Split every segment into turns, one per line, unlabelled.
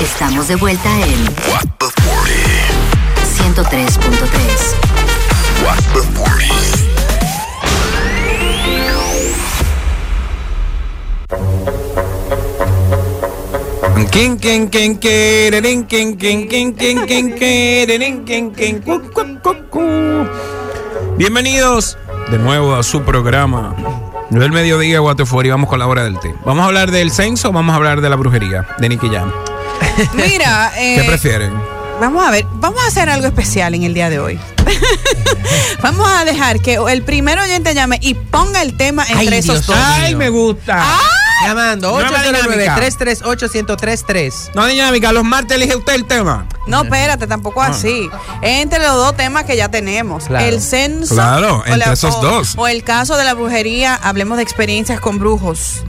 Estamos de vuelta en What the 40 103.3. What the 40.
King, king, king, king, king, king, king, king, king, king, king, king, Bienvenidos de nuevo a su programa del mediodía Guatefuera y vamos con la hora del té. ¿Vamos a hablar del censo o vamos a hablar de la brujería de Nicky Jam?
Mira,
eh, ¿qué prefieren?
Vamos a ver, vamos a hacer algo especial en el día de hoy. vamos a dejar que el primer oyente llame y ponga el tema en tres esos dos.
¡Ay, me gusta!
¡Ay!
Llamando 809-338-1033.
No, dinámica, los martes elige usted el tema.
No, espérate, tampoco no. así. Entre los dos temas que ya tenemos. Claro. El censo.
Claro, entre la, esos
o,
dos.
O el caso de la brujería, hablemos de experiencias con brujos.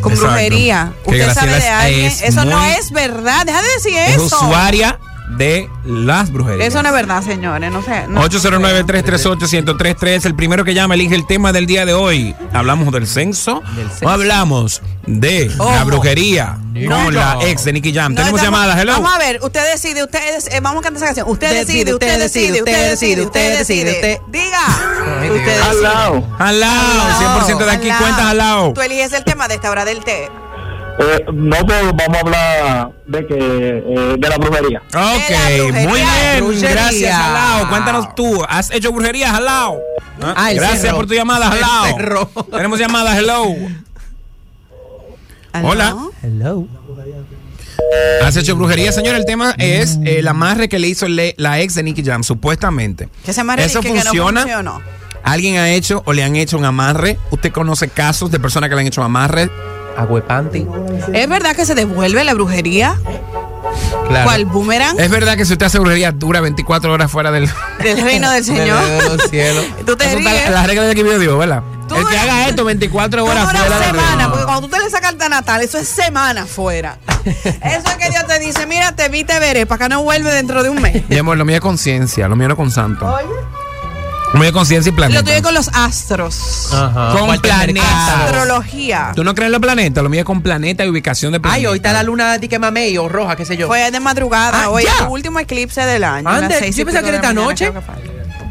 Con Exacto. brujería. Que Usted sabe de alguien. Es eso no es verdad. Deja de decir
es
eso.
usuaria de las brujerías.
Eso no es verdad, señores. No sé. No
809-338-1033. El primero que llama elige el tema del día de hoy. Hablamos del censo. Del censo. O hablamos de Ojo. la brujería no, con la ex de Nicky Jam. Tenemos estamos, llamadas, hello.
Vamos a ver, usted decide, usted eh, vamos a cantar esa canción. Usted decide, usted decide, usted decide, usted decide. Usted Diga.
Usted Alao.
Alao, 100% de aquí cuentas alao.
Tú eliges el tema de esta hora del té.
Eh, no, pues vamos a hablar de que eh, de la brujería.
Ok, la brujería, muy bien. Brujería. Gracias, Jalao. Cuéntanos tú, ¿has hecho brujería, Jalao? ¿Ah? Ay, Gracias cerro. por tu llamada, Jalao. Tenemos llamada, hello. hello. Hola.
Hello.
Has hecho brujería, señor. El tema es eh, la amarre que le hizo le, la ex de Nicky Jam, supuestamente.
¿Qué se amarre
Eso
que
funciona.
Que no
¿Alguien ha hecho o le han hecho un amarre? ¿Usted conoce casos de personas que le han hecho amarre?
Aguepanti.
¿Es verdad que se devuelve la brujería? Claro. ¿Cuál boomerang?
Es verdad que si usted hace brujería dura 24 horas fuera del,
del reino del Señor.
del cielo.
¿Tú te ríes?
Las reglas de aquí video Dios, ¿verdad? El eres, que haga esto 24 horas
una
fuera.
semana, porque cuando tú te le sacas carta natal, eso es semana fuera. Eso es que Dios te dice, mira, te vi, te veré, para que no vuelve dentro de un mes.
Mi amor, lo mío es conciencia, lo mío no con santo. Oye. Muy de conciencia y planeta.
Lo tuyo con los astros.
Ah.
Ajá. Con planeta.
Astrología.
¿Tú no crees en los planetas? Lo mío es con planeta y ubicación de planeta.
Ay, hoy está la luna de que mamey o roja, qué sé yo.
Fue de madrugada. Ah, hoy es el último eclipse del año.
Antes, yo pensaba que era esta noche.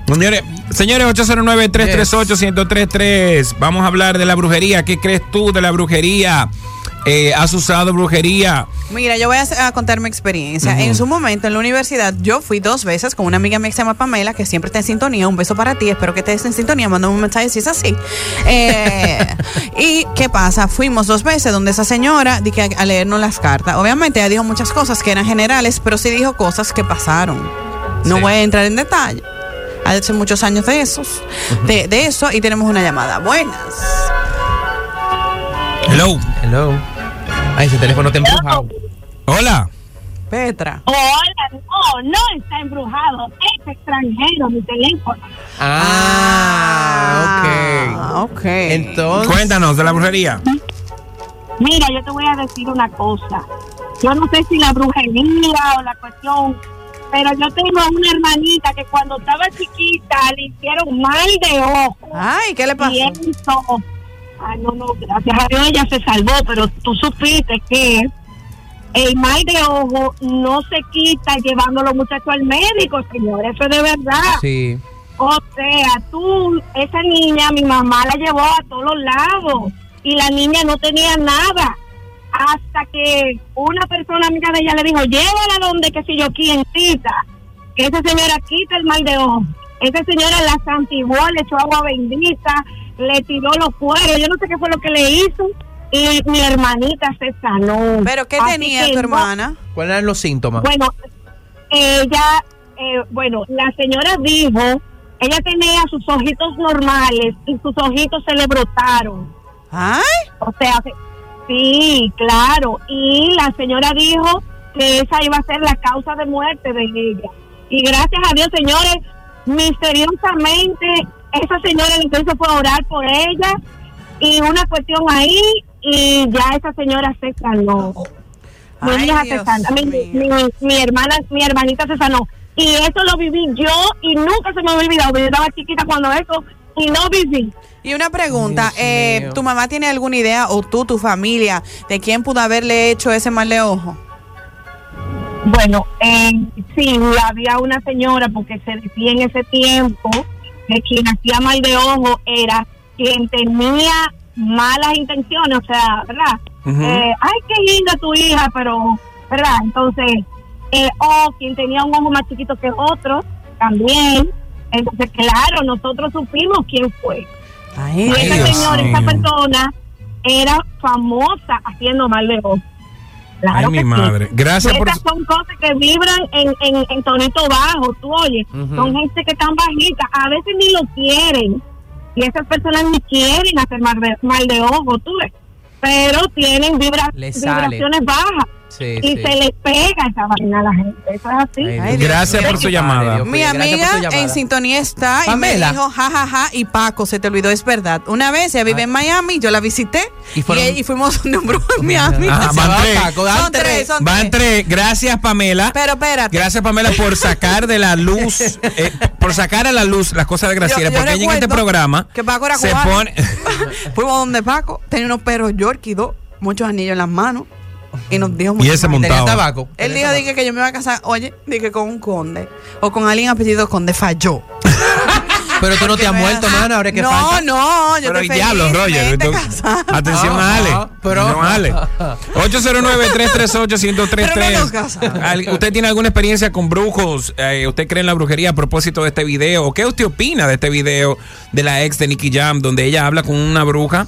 Señores, señores 809-338-1033. Vamos a hablar de la brujería. ¿Qué crees tú de la brujería? Eh, has usado brujería.
Mira, yo voy a, a contar mi experiencia. Uh -huh. En su momento en la universidad, yo fui dos veces con una amiga mía que se llama Pamela, que siempre está en sintonía. Un beso para ti, espero que estés en sintonía. Mándame un mensaje si es así. Eh, ¿Y qué pasa? Fuimos dos veces donde esa señora dije a, a leernos las cartas. Obviamente ella dijo muchas cosas que eran generales, pero sí dijo cosas que pasaron. No sí. voy a entrar en detalle. Hace muchos años de esos, uh -huh. de, de eso, y tenemos una llamada. Buenas.
Hello.
Hello. Ay, ese teléfono te embruja.
Hola.
Petra.
Hola, no, no está embrujado, es extranjero mi teléfono.
Ah,
ok. Ok.
Entonces.
Cuéntanos de la brujería.
Mira, yo te voy a decir una cosa. Yo no sé si la brujería o la cuestión, pero yo tengo una hermanita que cuando estaba chiquita le hicieron mal de ojo.
Ay, ¿qué le pasó?
Y eso, Ah, no, no, gracias a Dios ella se salvó, pero tú supiste que el mal de ojo no se quita llevando a los muchachos al médico, señor, eso de verdad.
Sí.
O sea, tú, esa niña, mi mamá la llevó a todos los lados y la niña no tenía nada. Hasta que una persona amiga de ella le dijo, llévala donde, que si yo quién quita, que esa señora quita el mal de ojo. Esa señora la santiguó, le echó agua bendita, le tiró los cueros, yo no sé qué fue lo que le hizo. Y mi hermanita se sanó.
¿Pero qué Así tenía tu hermana?
¿Cuáles eran los síntomas?
Bueno, ella, eh, bueno, la señora dijo, ella tenía sus ojitos normales y sus ojitos se le brotaron.
¿Ay?
O sea, sí, claro. Y la señora dijo que esa iba a ser la causa de muerte de ella. Y gracias a Dios, señores, misteriosamente esa señora entonces fue a orar por ella y una cuestión ahí y ya esa señora se sanó. Mi, Ay, hija se sanó. Mi, mi, mi, hermana, mi hermanita se sanó. Y eso lo viví yo y nunca se me había olvidado. Yo estaba chiquita cuando eso y no viví.
Y una pregunta, eh, ¿tu mamá tiene alguna idea o tú, tu familia, de quién pudo haberle hecho ese mal de ojo?
Bueno, eh, sí, había una señora porque se decía en ese tiempo que quien hacía mal de ojo era quien tenía malas intenciones, o sea, ¿verdad?
Ujú.
Eh, ay, qué linda tu hija, pero, ¿verdad? Entonces, eh, o quien tenía un ojo más chiquito que otro, también. Entonces, claro, nosotros supimos quién fue.
Ay,
Y
Ay,
esa
Dios
señora,
mío.
esa persona, era famosa haciendo mal de ojo. Claro
Ay,
que
mi
sí.
madre. Gracias por.
Esas son cosas que vibran en, en, en tonito bajo, tú oyes.
Ujú.
Son gente que están bajitas, a veces ni lo quieren. Y esas personas ni quieren hacer mal de, mal de ojo, tú ves. Pero tienen vibra-
Les sale.
vibraciones bajas
Sí,
y
sí.
se les pega esa vaina a la gente. Eso es así.
Ay,
Ay,
Dios
Gracias
mío.
por su
Padre,
llamada.
Dios mío,
Mi
gracias por
amiga
su
en
llamada.
sintonía está y
Pamela.
me dijo, jajaja, y Paco, se te olvidó, es verdad. Una vez ella vive
Ah.
en Miami, yo la visité y,
Y fueron-
y fuimos de un brujo en Miami.
Ajá,
Se
van
va,
tres.
Paco, dan
son tres,
tres.
son
Van
tres.
tres. Gracias, Pamela.
Pero espérate.
Gracias, Pamela, por sacar de la luz, eh, por sacar a la luz las cosas de Graciela.
Yo- yo
porque ella en este
recuerdo
programa
que Paco era
se
cubano.
pone.
Fuimos donde Paco, tenía unos perros Yorkie, dos, muchos anillos en las manos y nos dijo
y
muchas
ese
vainas.
Tenía
montado.
tabaco.
Él
Tenía
dijo
tabaco.
dije, que yo me iba a casar, oye, dije con un conde o con alguien apellido conde falló.
Pero tú no te has
Que me-
muerto, mana, ahora que
no,
falta.
no, yo
Pero
estoy
el diablo,
feliz,
Roger. Ah.
vente
entonces-
casada.
atención
No,
a Ale.
no, pero-
No, Ale. 809-338-1033.
Pero no nos casamos.
Al- ¿Usted tiene alguna experiencia con brujos? Eh, ¿Usted cree en la brujería a propósito de este video? ¿Qué usted opina de este video de la ex de Nicky Jam, donde ella habla con una bruja?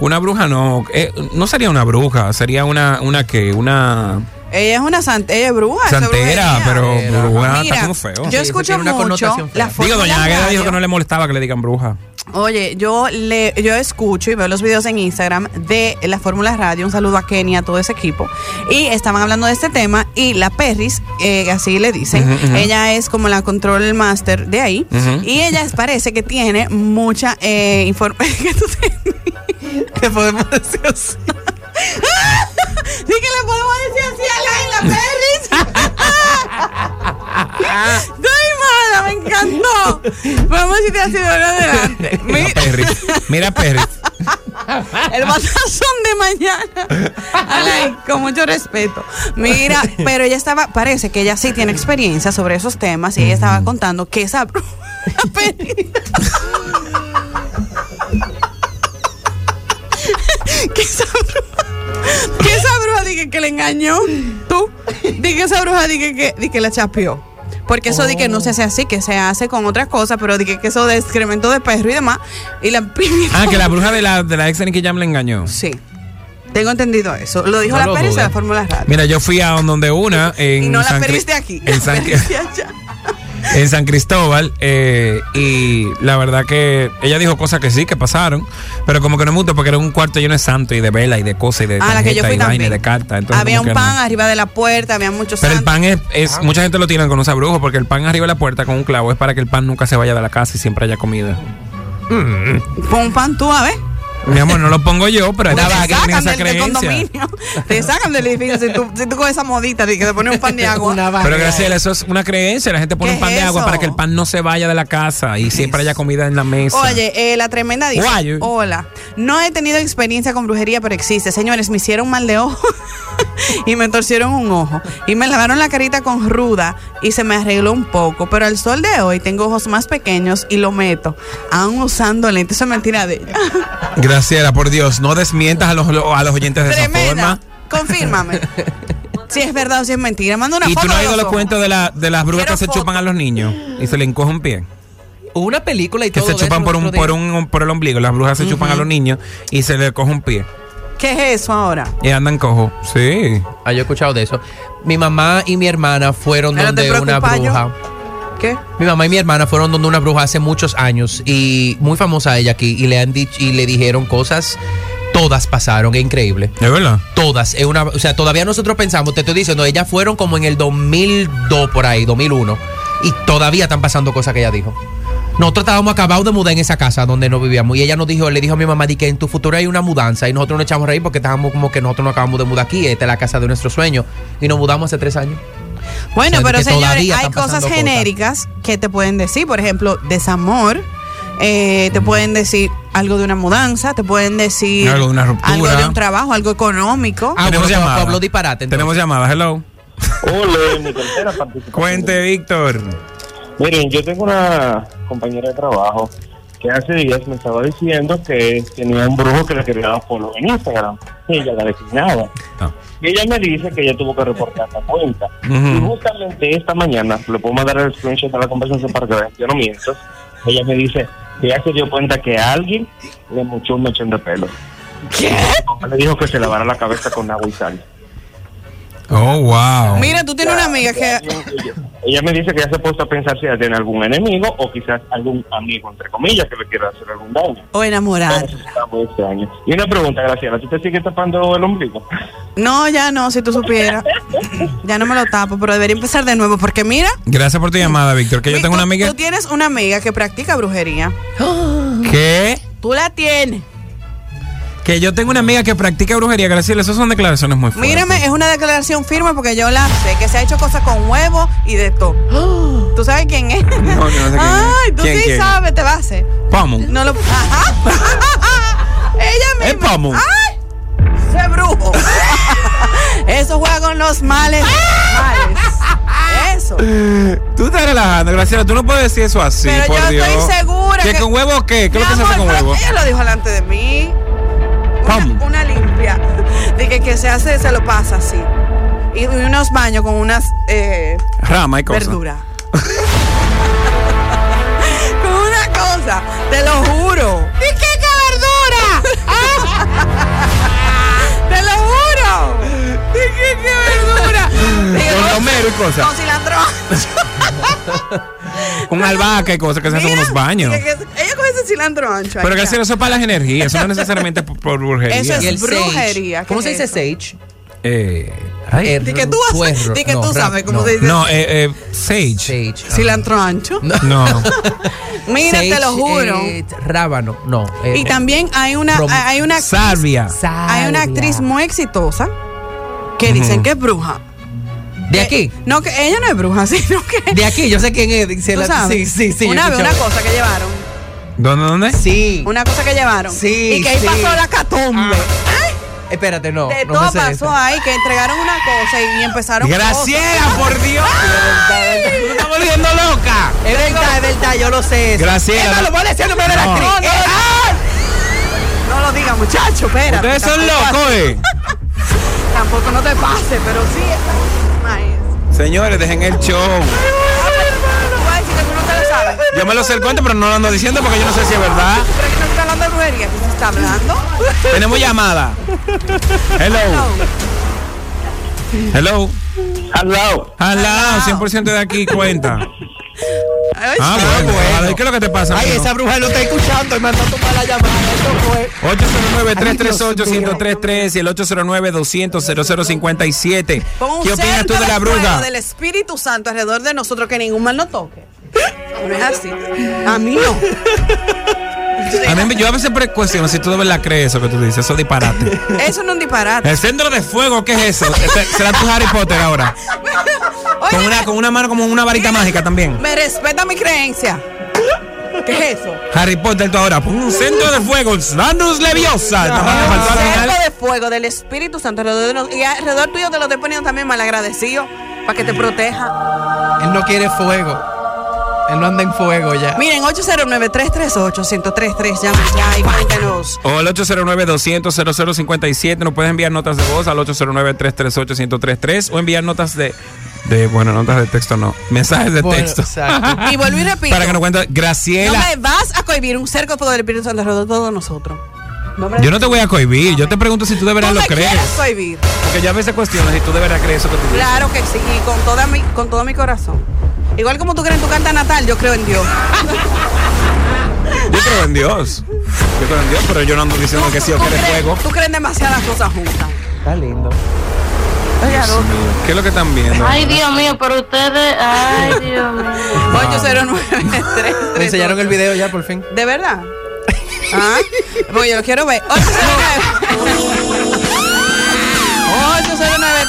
Una bruja no, eh, no sería una bruja, sería una, una que, una
Ella es una santa, ella es bruja. eso es
santera,
brujería.
pero
Era.
bruja
Mira,
está como feo.
Yo
Sí, eso
escucho
tiene una
mucho
connotación fea.
la
Digo, doña Águeda
radio.
dijo que no le molestaba que le digan bruja.
Oye, yo le, yo escucho y veo los videos en Instagram de la Fórmula Radio. Un saludo a Kenia, a todo ese equipo. Y estaban hablando de este tema y la Perris, eh, así le dicen,
Ujú, ujú.
ella es como la control master de ahí.
Ujú.
Y ella parece que tiene mucha eh, información.
¿Qué podemos decir así?
Sí que le podemos decir así a la, la Perris. Estoy mala, me encantó. Vamos a decirte así de ahora en adelante.
Mira,
Mi-
Perry. Mira, Perry.
El batazón de mañana. Ay, con mucho respeto. Mira, pero ella estaba, parece que ella sí tiene experiencia sobre esos temas y ella estaba contando que esa bruja pedía- que esa bruja, que esa bruja dije que le engañó, tú, dije que esa bruja dije que, dije que la chapeó. Porque eso di que no se hace así, que se hace con otras cosas, pero dije que eso de excremento de perro y demás. Y la
Ah, que la bruja de la, de la ex de Nicky Jam le engañó.
Sí. Tengo entendido eso. Lo dijo
No
la
lo
Pérez de
dudo.
la Fórmula Radio.
Mira, yo fui a donde una en
y no la
San Cri-
Pérez de aquí.
En
la
San,
Pérez de allá. Ah,
en San Cristóbal eh, y la verdad que ella dijo cosas que sí, que pasaron, pero como que no mucho porque era un cuarto lleno de santo y de vela y de cosas y de
A Ah, la que yo
tarjeta
fui
y vaina y
también.
de carta. Entonces,
había
como
un
que no.
pan arriba de la puerta, había muchos
Pero el
santos.
pan es, es- mucha gente lo tiene con un sabrujo porque el pan arriba de la puerta con un clavo es para que el pan nunca se vaya de la casa y siempre haya comida.
Pon un pan tú, a ver.
Mi amor, no lo pongo yo, pero hay
Te
gente que tiene
sacan
esa
del, del
creencia.
condominio. Te sacan del edificio si tú, si tú coges esa modita de que te pones un pan de agua.
Pero Graciela, eso es una creencia. La gente pone
¿Qué
un pan
es
de agua
eso?
para que el pan no se vaya de la casa y siempre haya comida en la mesa.
Oye, eh, la tremenda dice,
Guayo.
hola, no he tenido experiencia con brujería, pero existe. Señores, me hicieron mal de ojo y me torcieron un ojo y me lavaron la carita con ruda y se me arregló un poco, pero al sol de hoy tengo ojos más pequeños y lo meto, aún usando lentes. Eso es mentira de ella.
Graciela, por Dios, no desmientas a los, a los oyentes de
Tremenda.
esa forma.
Confírmame. Si es verdad o si es mentira, manda una
y
foto.
tú no has
de
oído
los
los
ojos.
cuentos de, la, de las brujas
Quiero
que se
foto.
chupan a los niños y se le encoge un pie.
Hubo una película y
Que
todo
se
de
chupan
eso
por
el
un,
otro
por
día.
un por los ombligos. Las brujas se chupan a los niños y se le coge un pie.
¿Qué es eso ahora?
Y andan cojo. Sí.
Ah, yo he escuchado de eso. Mi mamá y mi hermana fueron
Pero te
donde una
preocupa, yo.
bruja.
¿Qué?
Mi mamá y mi hermana fueron donde una bruja hace muchos años y muy famosa ella aquí y le han dicho y le dijeron cosas. Todas pasaron, es increíble.
Es verdad.
Todas, es una, o sea, todavía nosotros pensamos, te estoy diciendo, ellas fueron como en el 2002 por ahí, 2001 y todavía están pasando cosas que ella dijo. Nosotros estábamos acabados de mudar en esa casa donde no vivíamos y ella nos dijo, le dijo a mi mamá, di que en tu futuro hay una mudanza y nosotros nos echamos a reír porque estábamos como que nosotros no acabamos de mudar aquí, esta es la casa de nuestro sueño y nos mudamos hace tres años.
Bueno,
O sea,
pero
que
señores,
todavía
hay
están
cosas
pasando cosas.
genéricas que te pueden decir, por ejemplo, desamor. eh,
Mm.
te pueden decir algo de una mudanza, te pueden decir
Algo de una ruptura.
algo de un trabajo, algo económico.
Ah,
Tenemos
bueno,
llamadas.
Pablo disparate. entonces.
Tenemos llamadas, hello.
Ole, mi tercera participación.
Cuente, Víctor.
Miren, yo tengo una compañera de trabajo que hace días me estaba diciendo que tenía un brujo que le quería dar follow en Instagram. Y ella la designaba.
Ah.
Y ella me dice que ella tuvo que reportar la cuenta. Y justamente esta mañana, le puedo mandar el screenshot a la conversación para que vean, yo no miento. Ella me dice que ya se dio cuenta que alguien le mochó un mechón de pelo. ¿Qué? Le dijo que se lavara la cabeza con agua y sal.
Oh, wow.
Mira, tú tienes una amiga que.
Ella me dice que ya se ha puesto a pensar si ella tiene algún enemigo o quizás algún amigo, entre comillas, que le quiera hacer algún daño.
O enamorada.
Eso está muy extraño. Y una pregunta, Graciela, ¿tú te sigues tapando el ombligo?
No, ya no, si tú supieras. ya no me lo tapo, pero debería empezar de nuevo. Porque mira,
Gracias por tu llamada, Víctor. Que yo
Vic,
tengo
tú-
una amiga.
Tú tienes una amiga que practica brujería.
¿Qué?
Tú la tienes.
Que yo tengo una amiga que practica brujería. Graciela, esas son declaraciones muy fuertes.
Mírame, es una declaración firme porque yo la sé, que se ha hecho cosas con huevos y de todo. ¿Tú sabes quién es?
No, yo no sé quién es.
Ay, tú
¿Quién,
sí
quién?
sabes, te vas a hacer.
Vamos.
No lo. Ajá. Ella
Es
misma.
Pamu.
¡Ay! Ese brujo. Eso juega con los males. males. Eso.
Tú estás relajando, Graciela. Tú no puedes decir eso así,
Pero
por
yo
Dios.
estoy segura
¿Que,
que-
con huevo qué? ¿Qué es
Mi
lo que se hace
amor,
con
pero
huevo?
Ella lo dijo delante de mí.
Pam.
Una, una limpia. De que, que se hace, se lo pasa así. Y unos baños con unas eh,
Rama y cosas.
verduras. con una cosa, te lo juro. ¿Y qué, qué verdura? ¡Te lo juro! ¿Y qué, qué verdura? Digo,
Con romero y cosas.
Con cilantro.
Con albahaca y cosas que se hacen
Mira,
unos baños.
que- que- Ella coge ese cilantro ancho. ahí,
Pero
mira.
Graciela, eso es para las energías. Eso no es necesariamente por, por brujería.
Eso es-
Y el
Brujería,
sage.
¿qué
¿Cómo
es
se dice
eso?
sage?
Eh,
Eh,
Di que tú
ru-
haces-
puerro.
di que
No,
tú
ra-
sabes cómo
no.
se dice.
no, eh, eh, sage.
Sage. ah.
Cilantro ancho.
No.
Mira, te
Sage,
lo juro.
eh, rábano, no. eh,
y también hay una,
Rom-
hay una
Salvia.
hay una actriz
Salvia.
muy exitosa que dicen que es bruja.
De aquí.
No, que ella no es bruja, sino que.
De aquí, yo sé quién es. dice
tú
la-
sabes.
Sí, sí, sí. yo
Una vez, una
escuchaba.
cosa que llevaron.
¿Dónde, dónde?
Sí.
Una cosa que llevaron.
Sí,
Y que ahí
sí.
pasó la catumbe.
Espérate, no.
de
no me
todo
sé
pasó
esa.
ahí, que entregaron una cosa y empezaron.
Graciela, por Dios. Tú te estás volviendo loca.
Es verdad, es verdad, yo lo sé. eso.
Graciela,
Esa
no-
lo pone ese nombre de la
No.
actriz.
No, no,
Eh, ah,
cosas. No lo digas, muchacho, espérate.
Ustedes son
tampoco
locos, eh.
así, Tampoco no te pase, pero sí está. maestro.
Señores, dejen el show.
Ah, pero no voy a decir que tú no te lo sabes.
Yo me lo sé el cuento, pero no lo ando diciendo porque yo no sé si es verdad.
¿Pero que no está hablando de brujería? ¿Qué se está hablando?
Tenemos llamada. Hello. Hello.
Hello.
Hello. 100% de aquí cuenta.
Ay,
Ah,
Ah,
bueno.
bueno.
Ahora, ¿Qué es lo que te pasa?
Ay,
mijo?
esa bruja lo está escuchando y mandó a tomar la llamada. Eso fue.
809-338-1033 y el 809-200-0057.
pon un
¿Qué opinas tú
cerco
de la
fuego
bruja?
del Espíritu Santo alrededor de nosotros que ningún mal nos toque. No es así. A mí no.
A mí, yo a veces pre- cuestiono si tú de verdad crees eso que tú dices, eso es disparate.
Eso no es un disparate.
El centro de fuego, ¿qué es eso? Este- Será tu Harry Potter ahora.
Oye,
Con una, con una mano como una varita mágica también.
me respeta mi creencia. ¿Qué es eso?
Harry Potter tú ahora. Un centro de fuego. Landus Leviosa. Nada más le Ah, faltó al final.
Cerco de fuego del Espíritu Santo alrededor de nosotros. Y alrededor tuyo te lo estoy poniendo también malagradecido para que te proteja.
Él no quiere fuego. Él no anda en fuego ya.
Miren, 809-338-1033. Llamen ya y cuéntenos.
O al 809-200-0057. Nos puedes enviar notas de voz al 809-338-1033 o enviar notas de, de. Bueno, notas de texto no. Mensajes de
Bueno,
Este texto.
exacto.
Y vuelvo y repito.
Ah, Para que nos cuentes.
No
Graciela.
me vas a cohibir un cerco de fuego del Espíritu Santo alrededor de todos nosotros. No me
yo no te voy a cohibir. Yo te pregunto si tú de verdad
Tú
lo
me
crees.
quieres cohibir.
Porque yo a veces cuestiono si tú de verdad crees eso que tú dices.
Claro que sí, y con, toda mi, con todo mi corazón. Igual como tú crees en tu canta natal, yo creo en Dios.
Yo creo en Dios. Yo creo en Dios, pero yo no ando diciendo que sí o
Tú
que eres
crees-
fuego.
Tú crees en demasiadas cosas juntas.
Está lindo.
Dios mío, ¿Qué es lo que están viendo?
Ay, Dios mío, pero ustedes. Ay, Dios mío.
809
Me enseñaron el video ya por fin.
¿De verdad? ¿Ah? Pues yo lo quiero ver. 809-338-1033.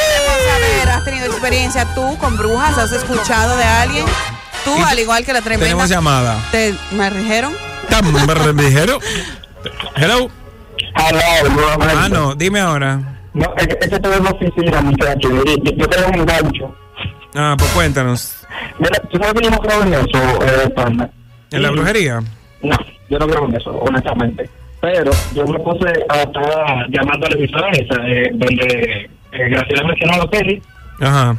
Queremos saber, ¿Has tenido experiencia tú con brujas? ¿Has escuchado de alguien? Tú, al igual que la tremenda.
Tenemos llamada.
¿Te me dijeron?
Tan me dijeron. Hello.
Hello.
Ah, no, dime ahora.
No, es- es que esto es una oficina, muchacho. Yo, yo, yo creo en un gancho.
Ah, pues cuéntanos.
Mira, ¿tú sabes que yo no creo en eso, eh, pana?
¿En la
Y-
brujería?
No, yo no creo en eso, honestamente. Pero yo me puse a estar llamando a la emisora esa, eh, donde eh, Graciela mencionó a los Kelly,
Ajá.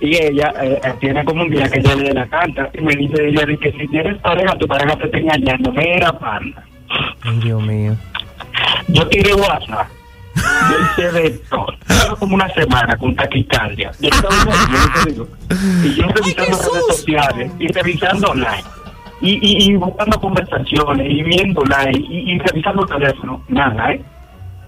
y ella eh, eh, tiene como un día que yo le dé la carta, y me dice ella de que si tienes pareja, tu pareja te está engañando. Mira, pana,
Ay, Dios mío.
yo tiré WhatsApp. Yo hice de todo. Llevo como una semana con taquicardia. Yo estaba bien, yo te digo. Y yo revisando redes sociales y revisando online. Y, y, y buscando conversaciones y viendo online y, y revisando el teléfono. Nada, ¿eh?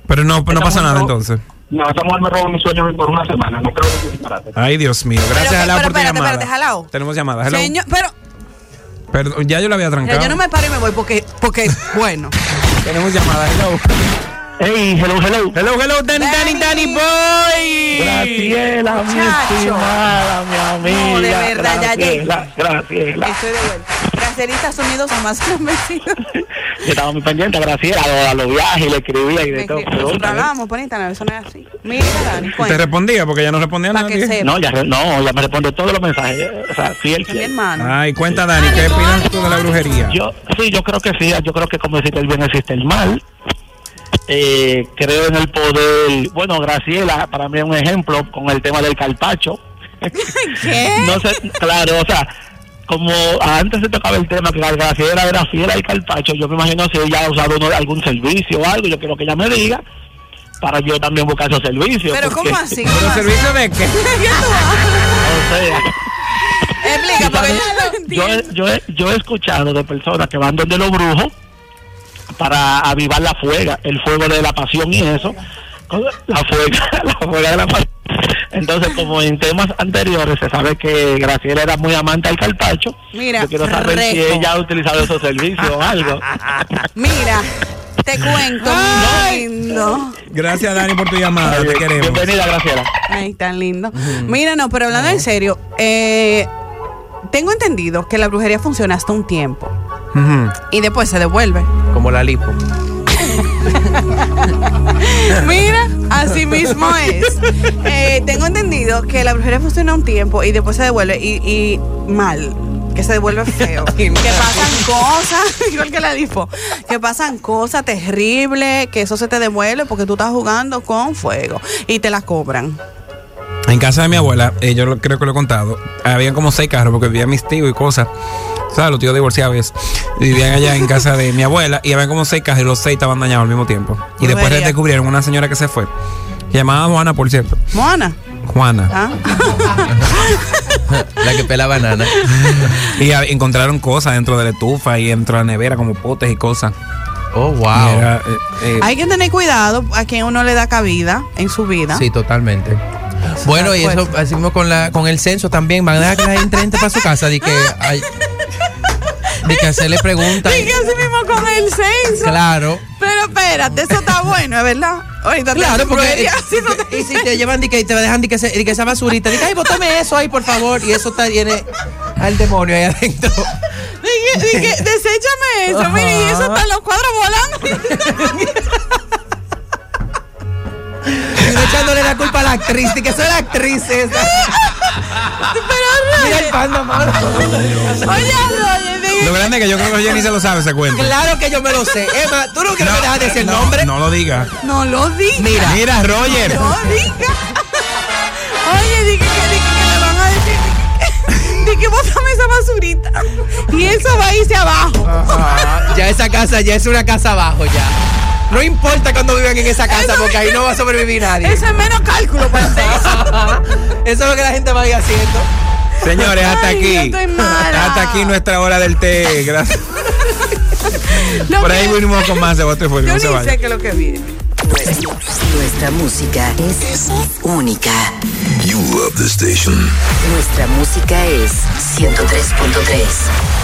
Pero no, Pues no pasa nada entonces.
No, esa mujer me robó mis sueños por una semana. No creo que disparate.
Ay, Dios mío. Gracias,
Pero,
Jalao,
pero,
por tu
espérate,
llamada.
espérate, Jalao.
Tenemos llamada. Hello.
Señor, pero
Perdón, ya yo la había
mira,
trancado.
yo no me paro y me voy porque, porque bueno.
Tenemos llamada. Hello.
Hey, hello, hello.
Hello, hello, Danny, Danny,
Danny.
Danny Boy.
Graciela, mi
Muchacho.
estimada, mi amiga.
No, de verdad, ya llegué.
Graciela, Graciela.
Estoy de vuelta. Braceristas Unidos son más convencidos.
Yo estaba muy pendiente, Graciela, a los, a los viajes, le escribía y de todo.
Nosotros
Pregunta, ¿eh?
hablábamos por Instagram, eso no es así. Mira, Dani,
Te
cuéntame.
respondía porque ya no respondía
Para
nada.
que sepa.
No, ya, re- no, ya me responde todos los mensajes. O sea, fiel,
Mi
fiel.
hermano.
Ay, cuenta, Dani, ¿qué opinas tú de la brujería?
Yo, sí, yo creo que sí. Yo creo que como existe el bien, existe el mal. Eh, creo en el poder. Bueno, Graciela, para mí es un ejemplo con el tema del calpacho.
¿Qué?
No sé, claro, o sea, como antes se tocaba el tema que la Graciela era fiel al calpacho, yo me imagino si ella ha usado uno- algún servicio o algo, yo quiero que ella me diga para yo también buscar esos servicios.
Pero
porque-
¿cómo así? ¿Cómo
¿Pero
así?
servicio de qué?
¿Qué tú haces?
O sea,
Explica, porque yo no lo
yo,
entiendo.
he- yo, he- yo he escuchado de personas que van donde los brujos para avivar la fuega, el fuego de la pasión y eso. La fuega, la fuega de la pasión. Entonces, como en temas anteriores se sabe que Graciela era muy amante al calpacho,
Mira,
yo quiero saber si
reco.
ella ha utilizado esos servicios o algo.
Mira, te cuento, mi lindo.
Gracias, Dani, por tu llamada. Te queremos.
Bienvenida, Graciela.
Ay, tan lindo. Mira, no, pero hablando en serio, eh, tengo entendido que la brujería funciona hasta un tiempo
Ujú.
y después se devuelve.
Como la lipo.
Mira, así mismo es. Eh, tengo entendido que la brujería funciona un tiempo y después se devuelve y, y mal. Que se devuelve feo. que pasan cosas, igual que la difo, que pasan cosas terribles, que eso se te devuelve porque tú estás jugando con fuego y te la cobran.
En casa de mi abuela, eh, yo lo- creo que lo he contado, habían como seis carros porque vivían mis tíos y cosas. ¿Sabes? Los tíos divorciados vivían allá en casa de mi abuela y habían como seis carros y los seis estaban dañados al mismo tiempo. Y después
Brujería.
descubrieron una señora que se fue. Llamada Juana, por cierto.
Mona.
Juana.
¿ah?
La que pela banana.
Y ah, encontraron cosas dentro de la estufa y dentro de la nevera, como potes y cosas.
Oh,
Y
wow.
era, eh, eh,
Hay que tener cuidado a quien uno le da cabida en su vida.
Sí, totalmente. Bueno, y eso, así mismo con, la, con el censo también, van a dejar que la gente entre para su casa, de que, ay, de que hacerle preguntas.
Y que así mismo con el censo.
Claro.
Pero espérate, eso está bueno, es verdad. Ahorita te
Claro,
hacen
porque.
brujería, si no te-
Y si te llevan de que y te dejan de que, se- de que esa basurita, de que, ay, bótame eso ahí, por favor. Y eso está tiene al demonio ahí adentro.
Dije, dije, deséchame eso, mire, y eso está en los cuadros volando.
Y uno echándole la culpa a la actriz, de que son las actrices. Mira el panda, mano.
Oye, Roger, dije,
Lo grande es que yo creo que Jenny se lo sabe, se cuenta.
Claro que yo me lo sé. Emma, tú no quieres me dejar de decir el nombre.
No lo diga.
no lo digas.
Mira.
Mira, Roger.
No digas. Oye, dije que, dije que le van a decir. dije que- Dije, bótame esa basurita. Y eso va a irse abajo.
Ajá. Ya esa casa ya es una casa abajo ya. No importa cuando vivan en esa casa
Eso
porque ahí no va a sobrevivir nadie.
Eso es menos cálculo para el censo.
Ajá. Eso es lo que la gente va a ir haciendo.
Señores, hasta
Ay,
aquí.
yo estoy mala.
Hasta aquí nuestra hora del té. Gracias.
Lo
Por ahí
que-
venimos con más de Bote Fuerte.
Yo
No se
ni
vayan.
sé que lo que viene.
Nuestra música es única.
You love the station.
Nuestra música es 103.3.